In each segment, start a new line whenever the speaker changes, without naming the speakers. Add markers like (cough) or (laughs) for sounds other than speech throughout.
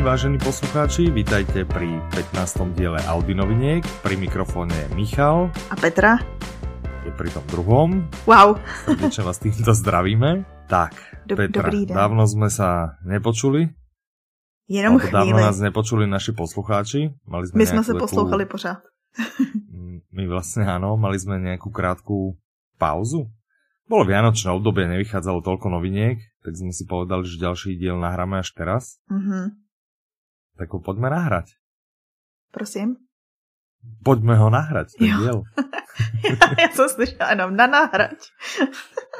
vážení poslucháči, vítajte pri 15. diele Audinovinek. Pri mikrofóne je Michal,
A Petra?
je pri tom druhom.
Wow,
Srdečne vás týmto zdravíme. Tak,
Dob-
Petra,
dobrý den.
dávno sme sa nepočuli.
jenom
alebo dávno
chvíli.
nás nepočuli naši poslucháči. Mali sme
My jsme
nejakú
se
takú-
poslouchali pořád.
Mm, My vlastne áno, mali sme nejakú krátku pauzu. Bolo vianočné obdobie, nevychádzalo toľko noviniek, tak sme si povedali, že ďalší diel nahráme až teraz.
Mhm.
Tak ho poďme nahrať.
Prosím? (laughs)
Poďme ho nahrať, ten
Jo.
diel.
Já jsem slyšela jenom na nahrať.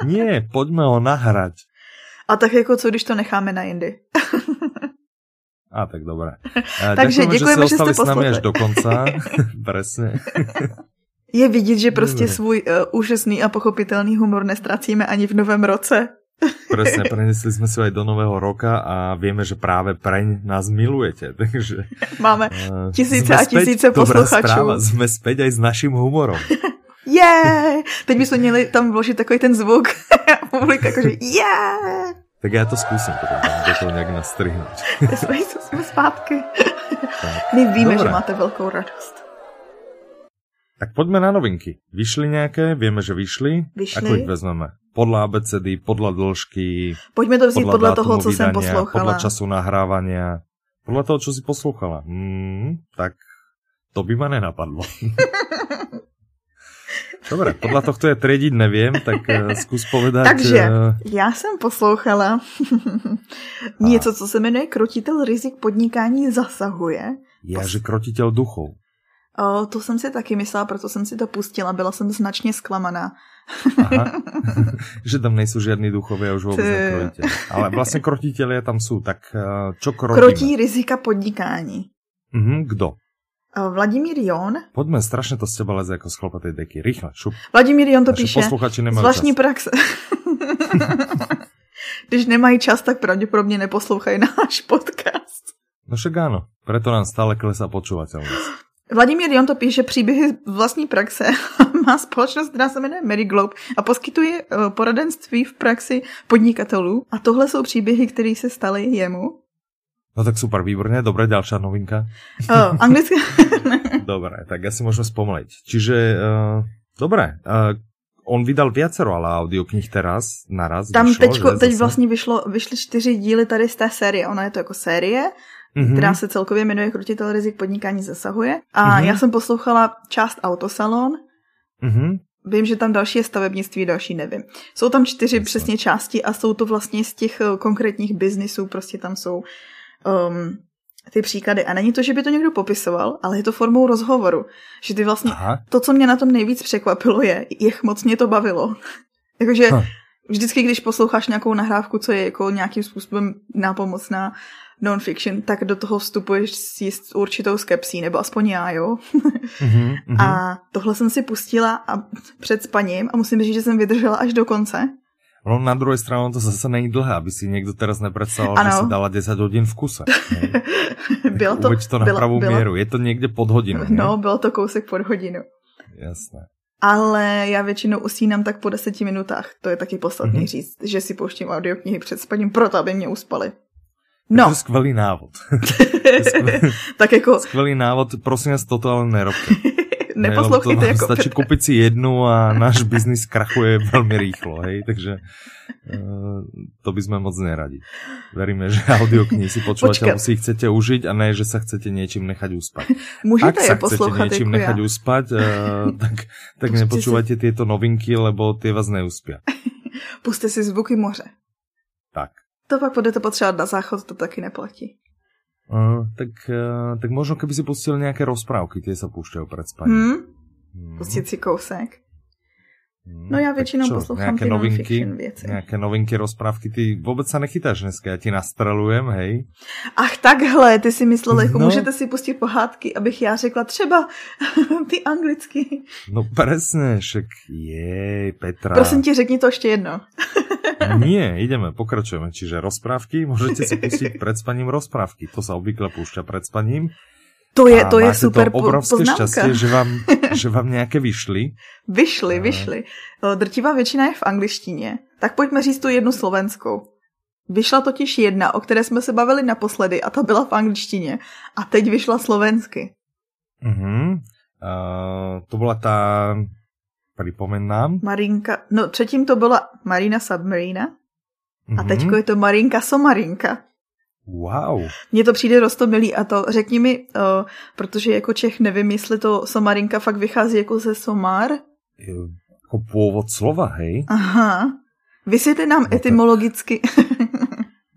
Nie, poďme ho nahrať.
A tak jako co, když to necháme na jindy?
A tak dobré. A
(laughs) Takže děkujeme, že
ostali
jste
s nami až
poslechli.
do
(laughs)
konca. Presne.
Je vidět, že prostě
Dobrý.
svůj uh, úžasný a pochopitelný humor nestracíme ani v novém roce.
Presne, prenesli sme si ho aj do nového roka a vieme, že práve preň nás milujete. (laughs) Takže,
Máme
eh,
Tisíce
sme
a tisíce
dobrá
posluchačů.
správa, sme späť aj s naším humorom.
je! Teď bychom měli tam vložit takový ten zvuk. (laughs) jako, Publik jakože je!
Tak já to zkusím, potom tam do toho nějak nastrihnout.
Jsme, jsme zpátky.
Tak.
My víme,
Dobré.
že máte velkou radost.
Tak pojďme na novinky. Vyšly nějaké? Víme, že vyšly.
Vyšly.
Ako ich vezmeme? Podle ABCD, podle dlžky,
Pojďme to vzít podle, podle
dátumu
toho, co jsem
vydania,
poslouchala.
Podle času nahrávania, podle toho, co si poslouchala. Hmm, tak to by ma
(laughs)
nenapadlo. Dobre, podle tohto je triediť nevím, tak eh, zkus povedať...
Takže.
eh,
Já jsem poslouchala (laughs) něco, co se jmenuje Krotitel rizik podnikání zasahuje.
Ja, že krotitel duchov.
O, to jsem si taky myslela, proto jsem si to pustila. Byla jsem značně zklamaná.
Aha. (laughs) že tam nejsou žádní duchové a už vůbec
Ty.
nekrotitele. Ale vlastně krotitele tam jsou. Tak eh, čo krotíme?
Krotí rizika podnikání.
Mhm, kdo?
O, Vladimír Jon.
Pojďme, strašně to z teba leze jako z chlopatej deky. Rychle, šup.
Vladimír Jon to
Naši
píše.
posluchači nemají
Zvláštní
Zvláštní... čas.
praxe. (laughs) Když nemají čas, tak pravděpodobně neposlouchají náš podcast.
No však áno, preto nám stále klesá počúvateľnosť.
Vladimír Jon to píše příběhy z vlastní praxe. (laughs) Má společnost, která se jmenuje Mary Globe a poskytuje eh, poradenství v praxi podnikatelů. A tohle jsou příběhy, které se staly jemu.
No tak super, výborně, dobré, ďalšia
(laughs)
novinka. (laughs)
Uh, anglicky...
Dobré, tak asi můžeme spomaliť. Čiže, uh, dobré, uh, on vydal viacero ale audioknih teraz, naraz.
Tam
vyšlo,
teďko,
že
teď
zase?
vlastně vyšlo, vyšly čtyři díly tady z té série. Ona je to jako série,
Mhm.
která se celkově jmenuje Krutitel rizik podnikání zasahuje. A
Mhm.
já jsem poslouchala část Autosalon.
Mhm.
Vím, že tam další je stavebnictví, další nevím. Jsou tam čtyři
Jasně.
Jasne. přesně části a jsou to vlastně z těch eh, konkrétních biznisů, prostě tam jsou um, ty příklady. A není to, že by to někdo popisoval, ale je to formou rozhovoru. Že ty vlastně,
Aha.
to, co mě na tom nejvíc překvapilo, je, jak moc mě to bavilo. (laughs) Jakože
Hm.
vždycky, když posloucháš nějakou nahrávku, co je jako nějakým způsobem nápomocná non-fiction, tak do toho vstupuješ s jist- určitou skepsí, nebo aspoň já, jo.
Mhm. Mhm.
A tohle jsem si pustila a před spaním a musím říct, že jsem vydržela až do konce.
No na druhé straně to zase není dlhé, aby si někdo teraz nepredstavoval, že
Ano.
si dala 10 hodin v kuse. Ne?
(laughs) Bylo
Tak
to,
uveď to na
bylo-
pravou
bylo-
míru. Je to někde pod hodinu. ne?
no, bylo to kousek pod hodinu.
Jasné.
Ale já většinou usínám tak po deseti minutách. To je taky podstatný
Mhm.
mm-hmm. říct, že si pouštím audioknihy před spaním proto, aby mě uspaly.
No. To
No,
je skvělý návod. To je skvělý-
(laughs) tak jako
Skvělý návod, prosím vás, toto ale nerobte. No,
neposlouchejte
Ne, lebo
jako
Stačí
Petr.
koupit si jednu a náš biznis krachuje velmi rýchlo, hej, takže uh, to by sme moc neradi. Veríme, že audioknihy si počúvate,
Počkej.
si ich chcete užiť a ne, že sa chcete niečím nechať uspať. Ak sa
Můžete je
chcete
poslouchat
niečím
jako já.
nechať uspať,
(laughs)
uh, tak, tak
Pusťte si-
nepočúvajte tieto novinky, lebo tie vás neuspia.
Puste si zvuky moře.
Tak.
To pak budete potřebovat na záchod, to taky neplatí.
Uh, tak, uh, tak možno keby si pustil nějaké rozprávky, tie sa púšťajú pred spaním.
Hm?
Hmm.
Pustit si kousek.
Hmm,
No já
tak
většinou
čo,
poslouchám
nějaké
ty
novinky,
non-fiction věci.
nějaké novinky, rozprávky, ty vůbec se nechytáš dneska, já ti nastrelujem, hej.
Ach takhle, ty si myslela,
No.
jako no. můžete si pustit pohádky, abych já řekla třeba (laughs) ty anglicky.
No presne, však jej, Petra. No
Prosím tě, řekni to ještě jedno.
Nie, ideme, pokračujeme. Čiže rozprávky, můžete si pustit před spaním rozprávky. To se obvykle púšťa před spaním.
To je,
A
to je
máte
super
to
po,
obrovské
poznámka.
šťastie, že No. vám, že vám nějaké vyšly.
Vyšly,
Aha.
vyšly. O, Drtivá většina je v angličtině. Tak pojďme říct tu jednu slovenskou. Vyšla totiž jedna, o které jsme se bavili naposledy a ta byla v angličtině. A teď vyšla slovensky.
Mhm. Uh, to byla ta, připomen nám.
Marinka, no předtím to byla Marina Submarina a
Mhm.
teďko je to Marinka Somarinka.
Wow.
Mně to přijde rostomilý a to řekni mi, uh, protože jako Čech nevím, jestli to Somarinka fakt vychází jako ze Somar.
Je, jako původ slova, hej?
Aha. Vysvětli nám
No tak.
etymologicky.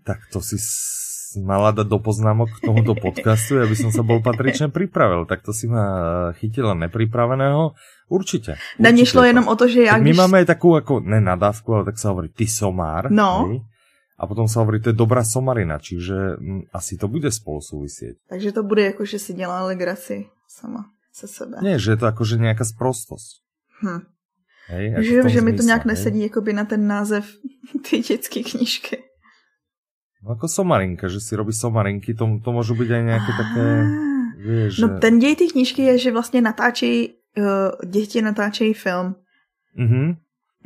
Tak to si s- mala dať do poznámok k tomuto podcastu, aby som sa bol patrične pripravil. Tak to si ma chytila nepripraveného. Určite.
Na mě
určite
šlo
je to.
jenom o to, že já
Tak my
když...
máme aj takú, ako, ne nadávku, ale tak sa hovorí ty somár.
No.
Hej? A potom sa hovorí, to je dobrá somarina, čiže mm, asi to bude spolu súvisieť.
Takže to bude jako, že si dělá legraci sama se sebe.
Nie, že je to akože nejaká sprostosť.
Hm.
Hej? ako v
Že,
tom
že mi to
zmysle,
nějak
hej?
nesedí jakoby na ten název (laughs) ty dětské knížky.
No, ako somarinka, že si robí somarinky, to, to môžu byť aj nejaké také...
Ah.
Vieš, že...
No ten děj té knížky je, že vlastně natáčejí, uh, děti natáčejí film.
Mhm.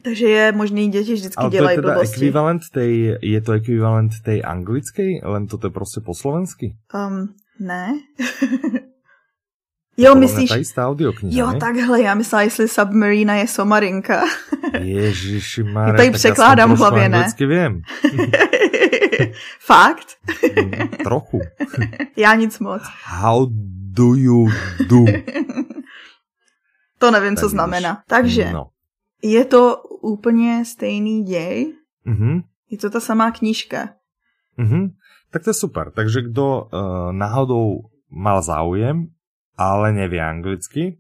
Takže je možný, děti vždycky
Ale to je
dělají
teda
blbosti.
ekvivalent tej, je to ekvivalent tej anglickej, len toto je prostě po slovensky.
Um, ne. (laughs) jo,
Podle mě
myslíš...
Ta istá audiokniha,
Jo,
ne?
takhle, já myslela, jestli Submarina je somarinka. (laughs)
Ježiši Mare,
Já tady překládám v hlavě, ne?
Anglicky vím.
Fakt?
Mm, Trochu.
Já nic moc.
How do you do?
To nevím,
Tak
co
vidíš.
znamená. Takže
No.
je to úplně stejný děj,
Mhm,
je to ta samá knížka.
mhm. Tak to je super. Takže kdo uh, náhodou mal záujem, ale neví anglicky,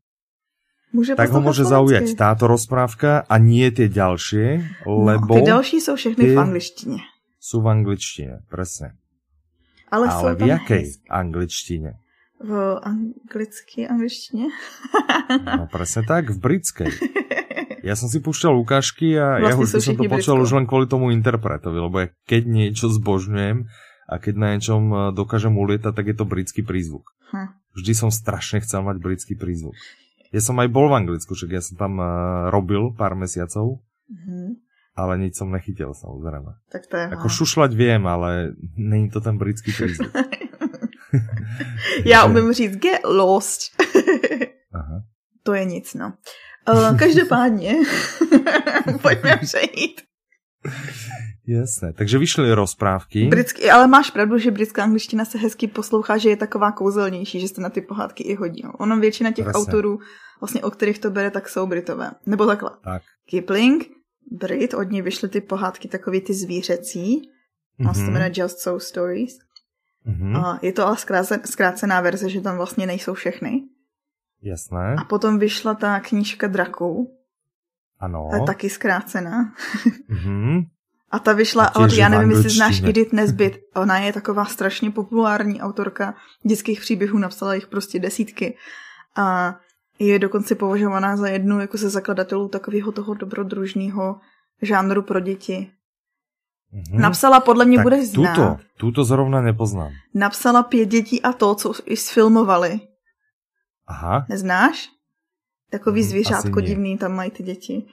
Může
tak ho
poslouchat
může
prostě slovensky.
zaujať táto rozprávka a nie ty další, lebo
No, ty další jsou všechny
ty-
v angličtině.
jsou v angličtině, přesně.
Ale,
Ale
jsou
v
tam
jaké
hezky-
angličtině?
V anglické angličtině?
No presne tak, v britskej. Ja som si púšťal ukážky a
Vlastne
ja už
sú
som to
Vlastně všichni
počul
britskou.
už len kvôli tomu interpretovi, lebo ja keď niečo zbožňujem a keď na niečom eh, dokážem ulietať, tak je to britský prízvuk.
Hm.
Vždy som strašne chcel mať britský prízvuk. Ja som aj bol v Anglicku, však ja som tam eh, robil pár mesiacov,
Mhm.
ale nic som nechytil samozrejme.
Tak to je...
Ako
hra.
šušľať viem, ale není to ten britský prízvuk.
(laughs) Já umím říct get lost. (laughs)
Aha.
To je nic, no. Eh,
(laughs)
Každopádně, pojďme přejít.
Jasné, takže vyšly rozprávky.
Britský, ale máš pravdu, že britská angličtina se hezky poslouchá, že je taková kouzelnější, že se na ty pohádky i hodí. no. Ono většina těch
Jasně.
autorů, vlastně o kterých to bere, tak jsou Britové. Nebo takhle.
Tak.
Kipling, Brit, od něj vyšly ty pohádky takový ty zvířecí. Mm-hmm. se to jmenuje Just So Stories.
Mhm,
Mm. A je to ale zkrácen, zkrácená verze, že tam vlastně nejsou
Mhm.
všechny.
Jasné,
A potom vyšla ta knížka Draků,
ano.
ta je taky zkrácená.
Mhm.
A ta vyšla,
A
ale
těž
já
v
nevím, jestli
angličtině.
znáš Edith Nesbit. Ona je taková strašně populární autorka dětských příběhů, napsala jich prostě desítky. A je dokonce považovaná za jednu jako ze zakladatelů takového toho dobrodružného žánru pro děti.
Mhm.
Hmm. Napsala, podle mě
Tak
budeš znát,
Tuto, tuto zrovna nepoznám.
napsala pět dětí a to, co i sfilmovali.
Aha.
Neznáš? Takový
Hmm,
zvířátko
asi ne.
divný, tam mají ty děti.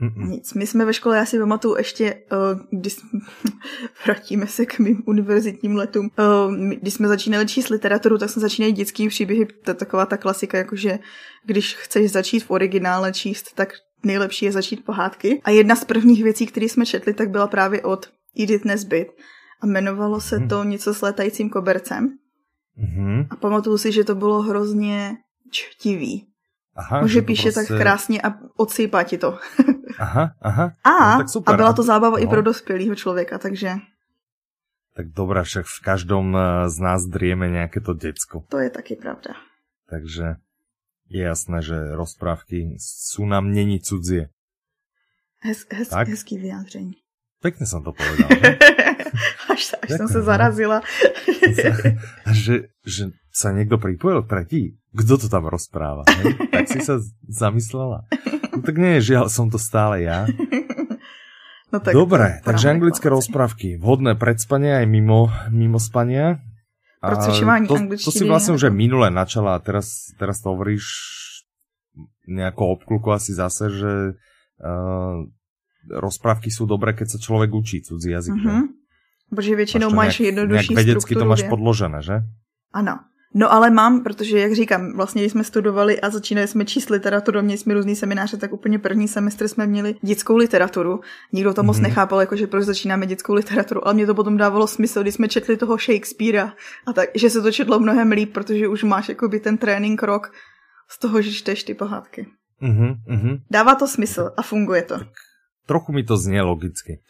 Mm-mm.
Hm. Nic, my jsme ve škole, já si pamatuju ještě, eh, když jsme- (laughs) vrátíme se k mým univerzitním letům, Eh, my- když jsme začínali číst literaturu, tak jsme začínali dětský příběhy, to je taková ta klasika, jakože když chceš začít v originále číst, tak nejlepší je začít pohádky. A jedna z prvních věcí, které jsme četli, tak byla právě od Edith Nesbit. A jmenovalo se
Mhm.
to něco s létajícím kobercem.
Mhm.
A pamatuju si, že to bylo hrozně čtivý.
Aha,
Že
to
píše tak
prostě-
krásně a odsýpá ti to.
Aha, aha.
A,
No,
no,
tak super.
a byla to zábava no. i
No.
pro dospělého člověka, takže
Tak dobrá, však v každom eh, z nás drieme nějaké to decko.
to je taky pravda.
Takže je jasné, že rozprávky jsou nám není cudzie.
Hez, hez,
Tak.
hezký vyjádření.
Pekne jsem to povedal.
(laughs)
ne?
až až jsem
Děkuji,
se
no. (laughs)
zarazila.
A že, že sa někdo pripojil tretí? Kdo to tam rozpráva? Hej? Tak si sa zamyslela. No tak nie, žiaľ som to stále ja.
no
Tak Dobre,
to
takže
právě
anglické
chlapci.
rozprávky, vhodné pred spanie aj mimo, mimo spania. A
Pro cvičování
to, to
angličtiny
si vlastne
je-
už aj minule načala a teraz, teraz to hovoríš nejakou obkluku asi zase, že eh, uh, rozprávky sú dobré, keď sa človek učí cudzí jazyk.
Mhm.
Mm-hmm.
Protože většinou máš, máš
nějak, nějak
jednodušší
vedecky
strukturu.
to máš
že?
podložené, že?
Ano. No ale mám, protože jak říkám, vlastně když jsme studovali a začínali jsme číst literaturu, měli jsme různý semináře, tak úplně první semestr jsme měli dětskou literaturu. Nikdo to moc
Mhm.
mm. nechápal, jakože proč začínáme dětskou literaturu, ale mě to potom dávalo smysl, když jsme četli toho Shakespearea a tak, že se to četlo mnohem líp, protože už máš jakoby ten trénink rok z toho, že čteš ty pohádky.
Mhm, mhm.
Dává to smysl a funguje
(laughs)
to.
Trochu mi to znie
(laughs)
logicky.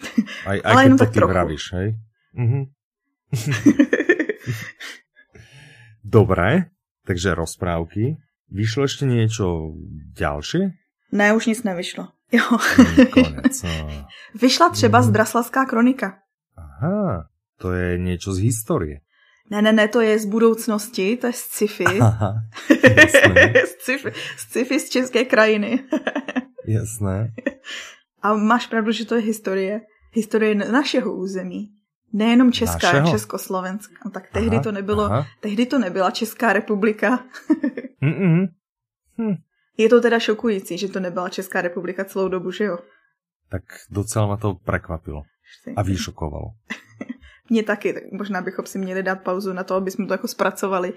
Aj, aj
Ale
keď
jenom
to
tak
ty
trochu.
vravíš, hej? Mhm. Dobre, takže rozprávky. Vyšlo ešte niečo ďalšie?
ne, už nic nevyšlo. Jo.
Hm, Konec.
(laughs)
no.
Vyšla třeba
Mm.
Zbraslavská kronika.
Aha, to je niečo z histórie.
Ne, ne, ne, to je z budoucnosti, to je z sci-fi.
Aha, jasné,
(laughs) z, sci-fi z sci-fi z české krajiny.
jasné.
A máš pravdu, že to je historie. Historie na- našeho území. Nejenom Česká,
Našeho?
našeho. Československa. No, Tak tehdy
aha,
aha, to nebylo, aha.
Aha.
tehdy to nebyla Česká republika.
Mm-mm.
Je to teda šokující, že to nebyla Česká republika celou dobu, že jo?
Tak docela ma to prekvapilo a vyšokovalo.
Mě taky, tak možná bychom si měli dát pauzu na to, aby jsme to jako zpracovali.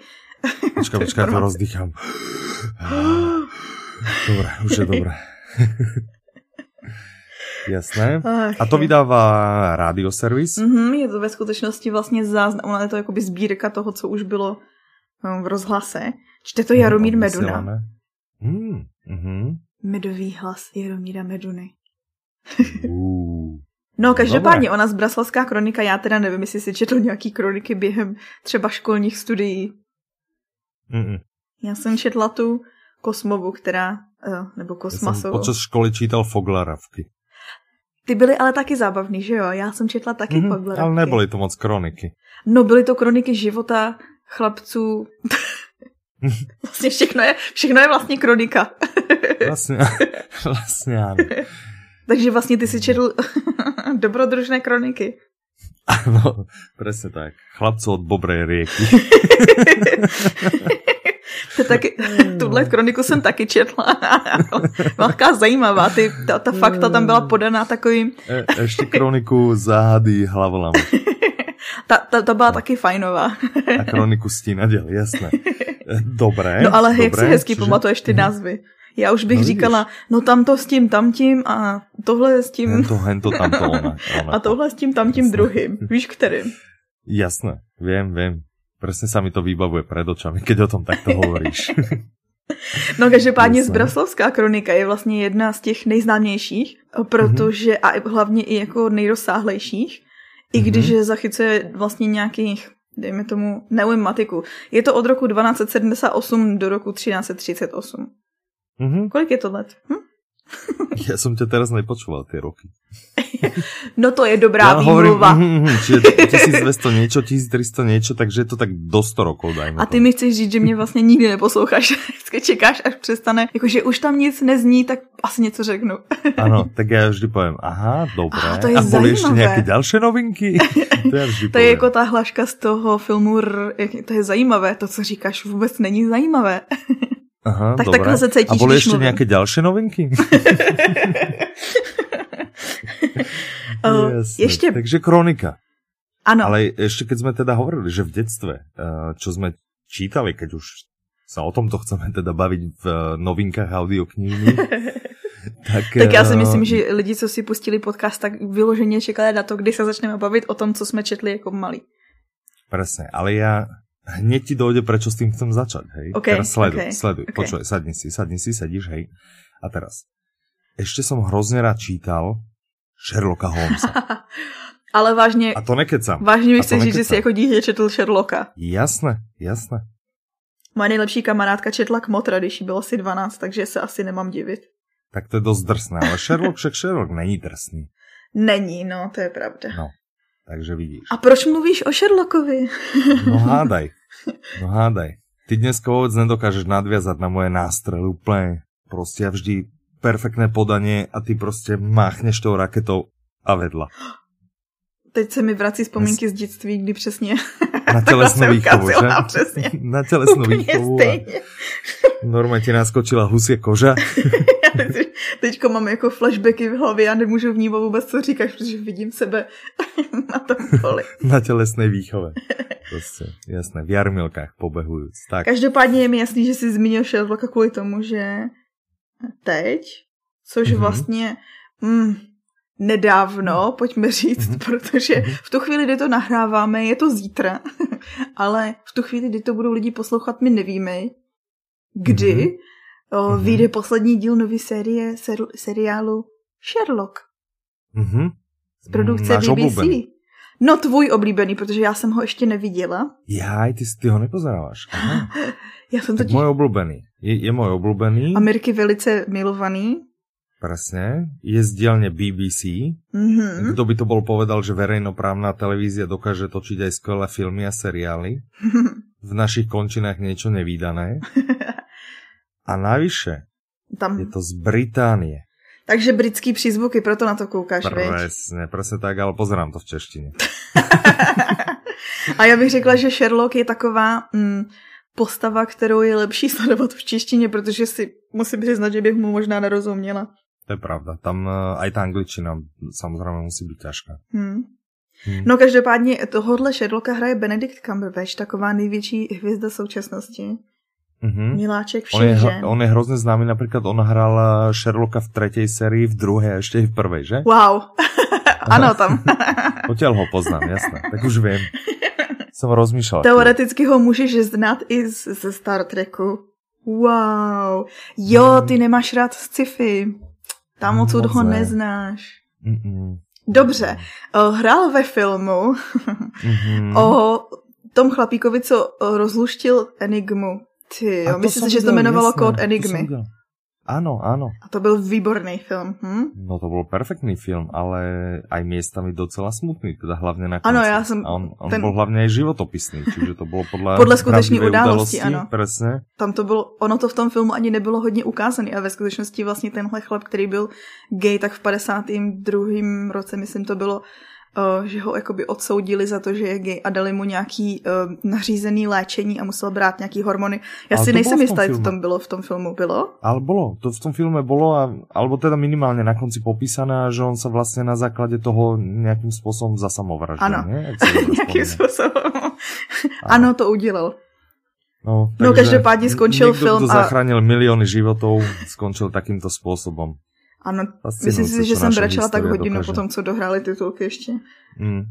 Počkaj, počkaj, to
Informace.
rozdýcham. Ah.
(gasps)
Dobre, už je (gasps) dobré. (laughs) Jasné.
Ach,
A to
jo.
vydává rádioservis.
Mhm, je to ve skutečnosti vlastně záznam, ona je to jakoby sbírka toho, co už bylo hm, v rozhlase. Čte to Jaromír Meduna.
Odvysielané. Mhm, Mm, mhm.
Medový hlas Jaromíra Meduny.
Uú.
No, každopádně,
Dobré.
ona z Braslavská kronika, já teda nevím, jestli si četl nějaký kroniky během třeba školních studií.
Mm, mm.
Já jsem četla tu Kosmovu, která, eh, nebo
Ja som
Kosmasovou.
počas školy čítal Foglarovky.
Ty byly ale taky zábavný, že jo? Já jsem četla taky
Mhm,
mm,
Ale neboli to moc
(laughs)
kroniky.
No, byly to kroniky života
(laughs)
chlapců. vlastně všechno je, všechno je vlastně kronika.
(laughs) Vlastne, vlastne áno.
Takže vlastně ty si četl (laughs) dobrodružné kroniky.
Áno, presne tak. Chlapcov od Bobrej rieky.
To taky,
Hmm.
tuhle kroniku jsem taky četla. (laughs) Velká zajímavá, ty, ta, ta fakta tam
Hmm.
byla podaná takovým,
E, ešte kroniku záhady hlavolamu.
ta, ta, ta byla taky fajnová.
A kroniku stínadel, jasné. E, Dobré.
No ale jak
dobré,
si hezky
čiže-
pamatuješ ty
Mhm.
názvy. Já už bych
No
no,
vidíš.
říkala, no tamto s tím, tamtím a tohle s tím
Hento, hento, tamto, ona. ona
(laughs) a tohle s tím, tamtím
Jasně.
druhým. Víš kterým?
Jasné, viem, viem. Presne sa mi to vybavuje pred očami, keď o tom takto hovoríš.
No každopádně
Jasné.
Zbraslavská kronika je vlastně jedna z těch nejznámějších, protože a i- hlavně i jako nejrozsáhlejších, i
Mhm.
když je zachycuje vlastně nějakých, dejme tomu, neumatiku. Je to od roku 1278 do roku 1338.
mhm.
Kolik je to let? Hm?
Ja som ťa teraz nepočúval tie roky.
No to je
ja
dobrá výmluva.
(laughs) mhm, mhm, čiže 1200 niečo, 1300 niečo, takže je to tak do 100 rokov, dajme
A ty mi chceš říct, že mě vlastně nikdy neposloucháš, (laughs) vždycky čekáš, až přestane. Jakože už tam nic nezní, tak asi něco řeknu. (laughs)
Áno, tak ja vždy poviem, aha, dobré.
Á, to je
a boli ešte
zaujímavé.
nejaké ďalšie
(laughs)
novinky? to ja vždy
To je
poviem.
jako ta hláška z toho filmu R, jak, to je zajímavé, to, co říkáš, vůbec není zajímavé.
Aha,
tak
dobré.
takhle se cítíš,
A boli
když
ešte
mluvím.
nejaké ďalšie novinky?
(laughs)
(laughs)
Eh,
Jasné.
ještě, No.
Takže kronika.
ano, ale...
Ale ešte keď sme teda hovorili, že v detstve, eh, čo sme čítali, keď už sa o tomto chceme teda baviť v eh, novinkách audioknižných,
(laughs)
tak...
tak já si
eh,
myslím, že lidi, co si pustili podcast, tak vyloženě čekali na to, kdy se začneme bavit o tom, co jsme četli jako malí. (laughs)
Presne, ale ja hneď ti dojde, prečo s tým chcem začať, hej?
OK,
teraz sleduj,
OK,
sleduj,
OK.
počuj, sadni si, sadni si, sedíš, hej? A teraz, ešte som hrozne rád čítal Sherlocka
(laughs)
Holmesa.
Ale vážně,
A to nekecam.
vážně mi
a to
chceš říct, že
nekecám.
jsi jako dítě četl Sherlocka.
Jasné, jasné.
Moje nejlepší kamarádka četla Kmotra, když jí bylo asi 12, takže se asi nemám divit.
Tak to je dosť drsné, ale Sherlock však Sherlock není drsný.
Není, no, to je pravda.
Takže vidíš.
A proč mluvíš o Sherlockovi?
No hádaj. No hádaj. Ty dneska vôbec nedokážeš nadviazať na moje nástrely úplne. Proste ja vždy perfektné podanie a ty proste máchneš tou raketou a vedla.
Teď se mi vrací vzpomínky z dětství, kdy přesně
(laughs) Na
takhle
telesnú
jsem
výchovu, že?
ukázala, přesně.
Na telesnú
(laughs) Úplně
výchovu. a-
stejně.
Normálně ti naskočila husě koža.
Já teď- Teďko mám jako flashbacky v hlavě a nemůžu vnímat vůbec, co říkáš, protože vidím sebe (laughs) na tom koli.
(laughs) na tělesné výchove. Prostě, jasné, v jarmilkách pobehuju. Tak,
Každopádně je mi jasný, že jsi zmínil Sherlocka kvůli tomu, že teď, což
Mhm.
vlastně mm, nedávno, pojďme říct,
Mhm.
protože
Mhm.
v tu chvíli, kdy to nahráváme, je to zítra, (laughs) ale v tu chvíli, kdy to budou lidi poslouchat, my nevíme,
Mhm.
kdy o,
Mhm.
vyjde poslední díl nové série ser, seriálu Sherlock
mhm.
z produkce
Náš
BBC.
oblúbený.
No tvůj oblíbený, protože já jsem ho ještě neviděla.
Jaj, ty, ty ho nepozeráváš. Aha.
Já jsem
Tak
totiž
můj oblúbený. Je, je můj oblúbený,
Ameriky velice milovaný.
presne. Je z dielne BBC.
Mhm.
Kdo by to bol povedal, že verejnoprávna televízia dokáže točiť aj skvelé filmy a
(laughs)
seriály. V našich končinách niečo nevýdané. A navyše, je
Tam.
to z Británie.
Takže britský přízvuky, proto na to koukáš, viď?
Presne, presne tak, ale pozerám to v češtine.
A já bych řekla, že Sherlock je taková mm, postava, kterou je lepší (laughs) sledovat v češtině, protože si musím přiznat, že bych mu možná nerozuměla.
To je pravda. Tam eh, aj tá angličina samozrejme musí byť ťažká.
Hm.
Hm.
No každopádně tohohle Sherlocka hraje Benedict Cumberbatch, taková největší hvězda současnosti.
Mhm.
Miláček
On je,
všech žen.
on je hrozně známy, například on hrál eh, Sherlocka v třetí sérii, v druhé, ještě i v prvé, že?
Wow. (laughs)
(laughs)
ano, tam.
Odtiaľ ho poznám, jasné, tak už
(laughs)
vím. Jsem rozmýšlel.
Teoreticky ho můžeš znát i z, ze Star Treku. Wow. Jo, ty nemáš rád sci-fi. Tam
No,
odsud
Hmm. moc
ho
ne.
neznáš.
Mm-mm.
Dobře, eh, hrál ve filmu
Mhm.
o tom chlapíkovi, co eh, rozluštil Enigmu. Ty,
A
jo, myslím
jsem
si, že se to
viděl,
jmenovalo
jasné, to
Kód
jsem
Enigmy.
viděl. Ano, ano.
A to byl výborný film. Hm?
No to byl perfektní film, ale aj miestami docela smutný, teda hlavně na konci.
Ano, já jsem-
A on, on ten...
ten-
byl hlavně i životopisný, čiže to bylo podle,
Podle skutečné
pravdivé
události, ano.
Presne.
Tam to bylo, ono to v tom filmu ani nebylo hodně ukázané a ve skutečnosti vlastně tenhle chlap, který byl gay, tak v 52. roce, myslím, to bylo, eh, že ho jakoby odsoudili za to, že je gay a dali mu nějaký eh, nařízený léčení a musel brát nějaký hormony. Já
Ale
si
to
nejsem
bylo v
jistá,
tom
co
filmu.
tam bylo v tom filmu. Bylo?
Ale bolo, to v tom filme bolo, a, alebo teda minimálne na konci popísané, že on sa vlastne na základe toho nejakým spôsobom zasamovraždil,
Áno.
nie?
(laughs)
Ak sa dobre
Nějakým
spomínam.
způsobem. Ano, to udělal.
No,
No, každopádne skončil
niekto,
film
kto
a-
zachránil milióny životov, skončil takýmto spôsobom.
Ano,
Fascinujúce,
myslím si, že
čo
jsem
naša
brečela tak
história
hodinu
dokáže.
po tom, co dohráli titulky ještě.
Mm.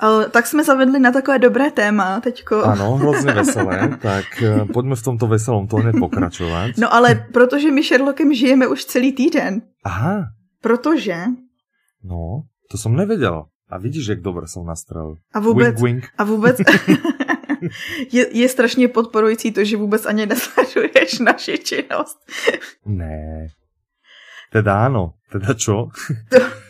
Ale tak jsme zavedli na takové dobré téma (laughs) teďko.
Áno, hrozne veselé, tak eh, poďme v tomto veselom tóne pokračovať.
No ale protože my Sherlockem žijeme už celý týden,
Aha,
protože
no, to som nevedel. A vidíš, jak dobre som nastrelil.
a vůbec,
Wink, wink.
a vůbec (laughs) je, je strašně podporující to, že vůbec ani nesleduješ naši činnost.
Ne. Teda áno, teda čo?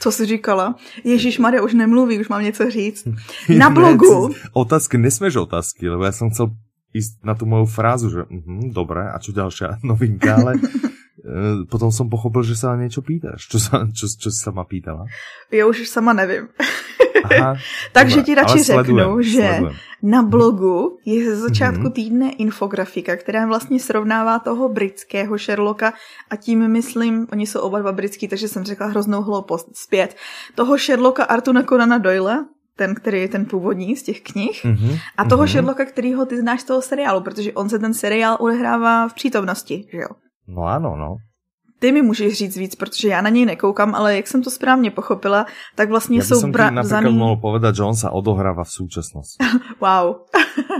Co jsi říkala? Ježíš Maria už nemluví, už mám něco říct. (laughs) Na blogu,
Otázky, nesmeš otázky, lebo ja som chcel ísť na tú moju frázu, že mhm, dobré, a čo ďalšia (laughs) novinka, ale eh, potom som pochopil, že sa na niečo pýtaš. Čo sa, čo, čo si sa ma
(laughs)
pýtala?
já už sama nevím.
Aha,
Takže
dobré,
ti radši
ale sledujem,
řeknu, že
Sledujem.
na blogu je ze začátku
Mhm.
týdne infografika, která vlastně srovnává toho britského Sherlocka a tím myslím, oni jsou oba dva britský, takže jsem řekla hroznou hloupost zpět. Toho Sherlocka Artuna Conana Doyle, ten, který je ten původní z těch knih,
Mhm,
a toho
mhm.
Sherlocka, kterýho ty znáš z toho seriálu, protože on se ten seriál odehrává v přítomnosti, že jo?
No áno, no.
Ty mi můžeš říct víc, protože já na něj nekoukám, ale jak jsem to správně pochopila, tak
Ja
vlastně
by
jsou
som ti
bra-
napríklad
vzaný...
mohol povedať, že on sa odohráva v súčasnosti.
Wow.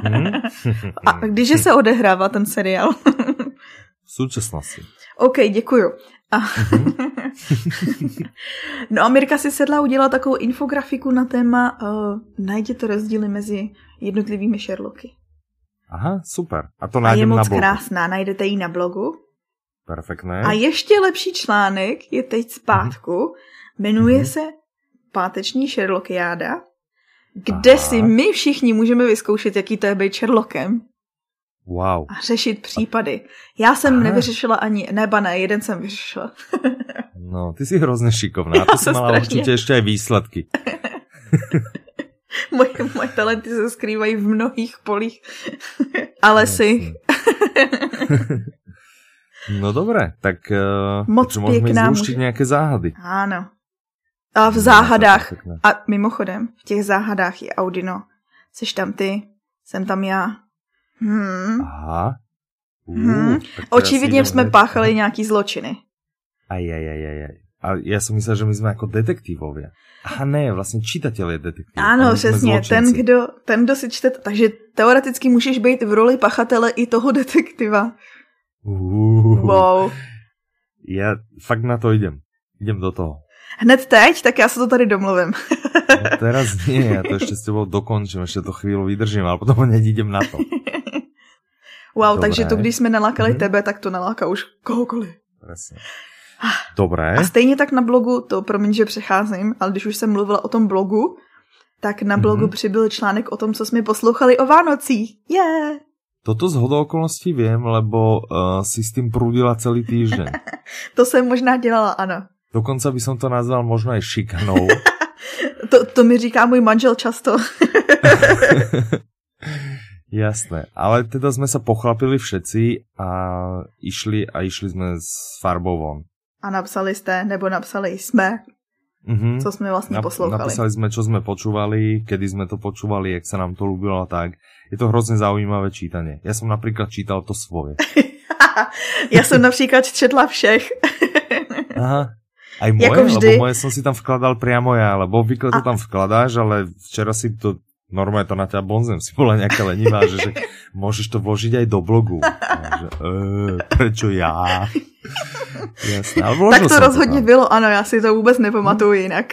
Hm?
(laughs) A když se odehrává ten seriál?
V súčasnosti.
OK, děkuju. A...
Mhm.
(laughs) no a Mirka si sedla a udělala takovou infografiku na téma uh, najděte rozdíly mezi jednotlivými Sherlocky.
Aha, super. A to
A je
nájdem na
moc
blogu. Eh?
krásná, najdete ji na blogu.
Perfektné.
A ještě lepší článek je teď zpátku, jmenuje
Mhm.
se Páteční Sherlockiáda, kde
Aha.
si my všichni můžeme vyzkoušet, jaký to je být Sherlockem.
Wow.
A řešit případy. Já jsem
Aha.
nevyřešila ani, neba ne, jeden jsem vyřešila.
No, ty si hrozně šikovná.
Já (laughs)
to si
jsem
mala
strašně.
určitě ještě aj výsledky.
Moje, moje talenty (laughs)
No,
se skrývají v mnohých polích. Ale
Jasné. (laughs)
si.
No dobré, tak uh,
Moc
takže môžeme
pěkná
zluštiť
muž-
nejaké záhady.
Ano. A v záhadách.
No,
A mimochodem, v těch záhadách je Audino. Seš tam ty, jsem tam já. Hmm.
Aha. Uh,
Hmm.
tak teraz
Očividně
idem
jsme
hneď.
páchali nějaký zločiny.
Jako Aj, aj, aj, aj, aj. A ja som myslel, že my sme ako detektívovia. Aha, ne, vlastne čitateľ je detektív. a
Ano,
my sme
přesně, ten
zločinci.
kdo, ten, kdo si čte, takže teoreticky můžeš být v roli pachatele i toho detektiva.
Uh,
Wow.
Ja fakt na to idem. Idem do toho.
Hned teď, tak já se to tady domluvím.
No, teraz nie, ja to ešte s tebou dokončím, ešte to chvíľu vydržím, ale potom hneď idem na to.
Wow,
Dobré.
takže to, když jsme nalákali
Mhm.
tebe, tak to naláká už kohokoliv.
Presne. Dobré.
A stejně tak na blogu, to promiň, že přecházím, ale když už jsem mluvila o tom blogu, tak na blogu
Mhm.
přibyl článek o tom, co jsme poslouchali o Vánocích. Je! Yeah.
Toto z hodou okolností viem, lebo uh, si s tým prúdila celý týždeň.
To jsem možná dělala, ano.
Dokonca by som to nazval možno aj šikanou.
To, to mi říká můj manžel často.
Jasné, ale teda sme sa pochlapili všetci a išli a išli sme s farbou von.
A napsali jste, nebo napsali jsme,
Mhm.
co jsme vlastně
Nap-
poslouchali.
Napísali sme, čo sme počúvali, kedy sme to počúvali, jak sa nám to ľúbilo a tak. Je to hrozne zaujímavé čítanie. Ja som napríklad čítal to svoje.
(laughs) Já jsem například četla všech.
Aha. Aj moje,
Jako vždy.
lebo moje som si tam vkladal priamo ja, lebo obvykle to
A-
tam vkladáš, ale včera si to normálne to na teba bonzem, si bola nejaká lenivá, že, že môžeš to vložiť aj do blogu. A Že, e, prečo ja? Jasné, ale vložil
tak to
som
rozhodně
tam.
bylo, ano, já si to vůbec nepamatuju jinak.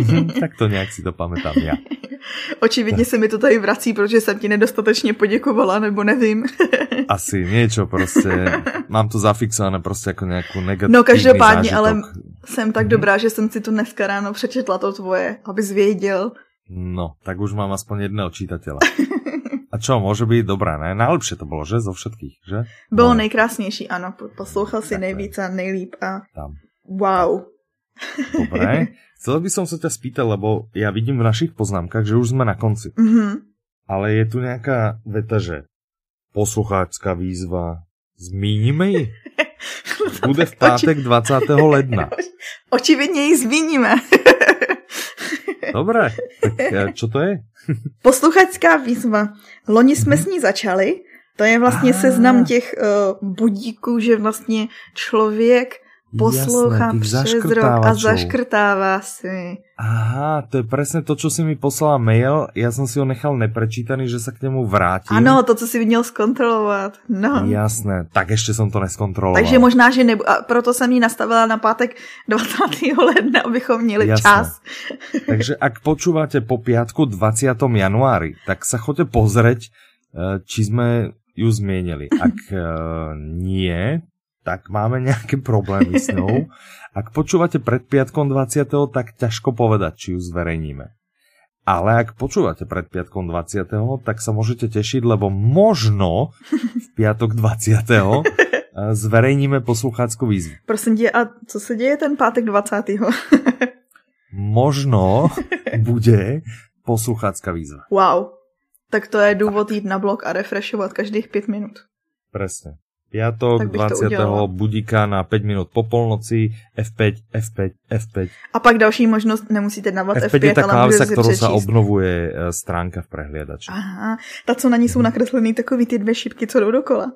Mhm, tak to nejak si to pamätám ja. Eh.
Očividně se mi to tady vrací, protože jsem ti nedostatečně poděkovala, nebo nevím.
Asi niečo proste, mám to zafixované proste ako nejakú negativní
No, každopádne, ale-
zážitok.
Jsem tak
Mhm.
dobrá, že jsem si to dneska ráno přečetla, to tvoje, abys věděl.
No, tak už mám aspoň jedného čítateľa. A čo, môže byť dobrá, ne? Najlepšie to bolo, že? Zo všetkých, že?
Bylo
No.
nejkrásnější, ano, po- poslouchal si
Tak ne.
nejvíc a nejlíp a
Tam.
wow.
Dobre. Chcel by som sa ťa spýtať, lebo ja vidím v našich poznámkach, že už sme na konci.
Mhm.
Ale je tu nejaká veta, že poslucháčská výzva. Zmínime
(laughs)
ji? Bude v pátek 20. ledna.
(laughs) Očividně ji zmíníme. (laughs)
Dobre, tak eh, čo to je?
Posluchačská výzva. Loni jsme
Mhm.
s ní začali. To je vlastně
Ah.
seznam těch uh, budíků, že vlastně člověk
Jasné,
poslouchá
tých
přes rok a
zaškrtávačov.
zaškrtává si.
Aha, to je presne to, čo si mi poslala mail. Ja som si ho nechal neprečítaný, že sa k nemu vrátim.
Ano, to, co si měl zkontrolovat. No.
Jasné, tak ešte som to neskontroloval.
Takže možná, že nebu- a proto jsem ji nastavila na pátek (laughs) 20. ledna, abychom měli
Jasné.
čas.
Takže ak počúvate po piatku 20. januári, tak sa choďte pozrieť, eh, či sme ju zmienili. Ak eh, nie, tak máme nejaké problémy s ňou. Ak počúvate pred piatkom 20., tak ťažko povedať, či ju zverejníme. Ale ak počúvate pred piatkom 20., tak sa môžete tešiť, lebo možno v piatok 20. eh, zverejníme posluchácku výzvu.
Prosím tě, a co se děje ten pátek 20.
možno bude posluchácká výzva.
(laughs) wow. Tak to je důvod jít na blog a refreshovat každých pět minut.
Presne. Piatok
Tak bych
20.
to udělala.
budíka na 5 minút po polnoci, F5, F5, F5.
A pak další možnost, nemusíte navat
F5,
F5,
je tá
ale můžete
klávesa,
si
ktorou sa
přečíst.
obnovuje eh, stránka v prehliadači.
Aha, ta, co na ní jsou nakreslený takový ty dvě šipky, co jdou dokola.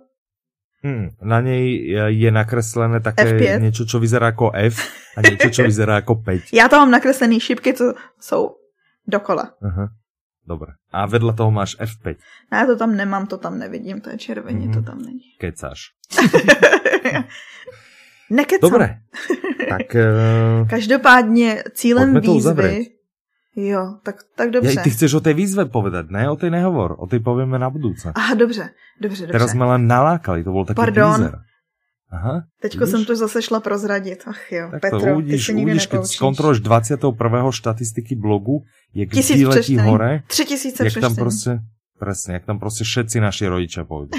Hmm, na nej eh, je nakreslené také
F5.
niečo, čo vyzerá ako F a niečo, čo vyzerá jako ako
(laughs)
5.
Já tam mám nakreslený šipky, co jsou dokola.
Aha. Dobre. A vedľa toho máš F5,
Ne, No, to tam nemám, to tam nevidím, to je červeně,
Mhm.
to tam není. (laughs)
kecáš.
Nekecám. (laughs)
Dobre. Tak... eh,
Každopádně cílem
Pojďme to uzavřít.
výzvy... Jo, tak, tak dobře.
Ja, ty chceš o tej výzve povedať, ne? O tej nehovor. O tej povieme na budúce.
Aha, dobře, dobře, dobře.
Teraz sme len nalákali, to bol taký
Pardon.
teaser. Aha,
Teďko
vidíš?
jsem to zase šla prozradit. Ach jo,
tak
Petro,
to uvidíš,
ty se nikdy
uvidíš, keď
nepoučíš.
skontroluješ 21. štatistiky blogu, jak
Tisíc
vždy letí
přečtení.
hore,
Tři tisíce
jak tam prostě
přečtení.
proste, presne, jak tam proste všetci naši rodičia pôjdu.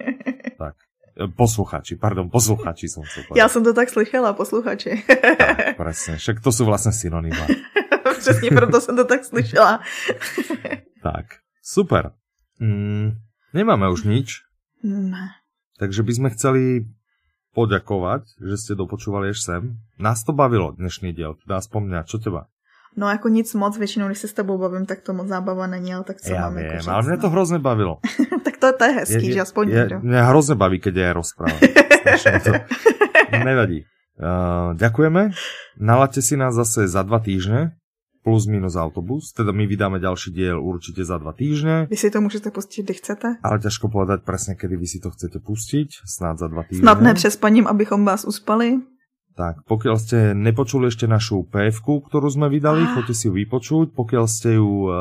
(laughs)
tak, E, posluchači, pardon, posluchači som chcel
Já
povedať.
jsem to tak slyšela, posluchači. (laughs)
Tak, presne, však to sú vlastne synonymá.
Přesně proto jsem to tak slyšela.
tak, super. Mm, nemáme už nič,
Ne.
takže by sme chceli poďakovať, že ste dopočúvali až sem. Nás to bavilo dnešný diel, teda aspoň mňa, čo teba?
No jako nic moc, většinou když se s tebou bavím, tak to moc zábava není, ale tak co
Já
mám
viem,
jako říct,
ale mňa to
no.
hrozne bavilo.
Tak to, to je hezký,
Je-
že aspoň
je,
někdo.
Mňa hrozne baví, keď je rozpráva. Strašne mi to
(laughs)
Nevadí. Uh, ďakujeme. Nalaďte si nás zase za dva týždne plus minus autobus, teda my vydáme ďalší diel určite za dva týždne,
Vy si to můžete pustit, kdy chcete.
ale ťažko povedať presne, kedy vy si to chcete pustiť, snáď za dva týždne.
Snad ne přes paním, abychom vás uspali.
Tak, pokiaľ ste nepočuli ešte našu pf ktorú sme vydali,
Ah.
choďte si ju vypočuť, pokiaľ ste ju, uh,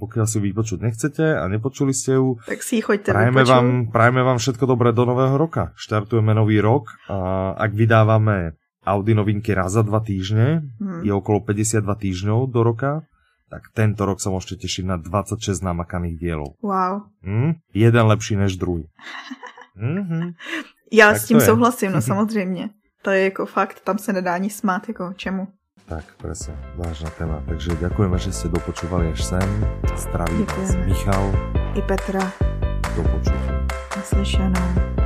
pokiaľ si ju vypočuť nechcete a nepočuli ste ju,
Tak si ji choďte
Prajeme
vypočuj.
vám, prajeme vám všetko dobré do nového roka. Štartujeme nový rok a ak vydávame Audi novinky raz za dva týždne,
Hmm.
je okolo 52 týždňov do roka, tak tento rok sa môžete tešiť na 26 namakaných dielov.
Wow.
Hm? Jeden lepší než druhý. Mhm.
Já
Tak
s tím
to je.
souhlasím,
(laughs)
no samozřejmě. To je jako fakt, tam se nedá ani smát, jako čemu.
Tak, presne, vážna téma. Takže ďakujeme, že ste dopočúvali až sem. Zdraví vás
Ďakujeme.
Michal,
I Petra,
do počutia.
naslyšenou.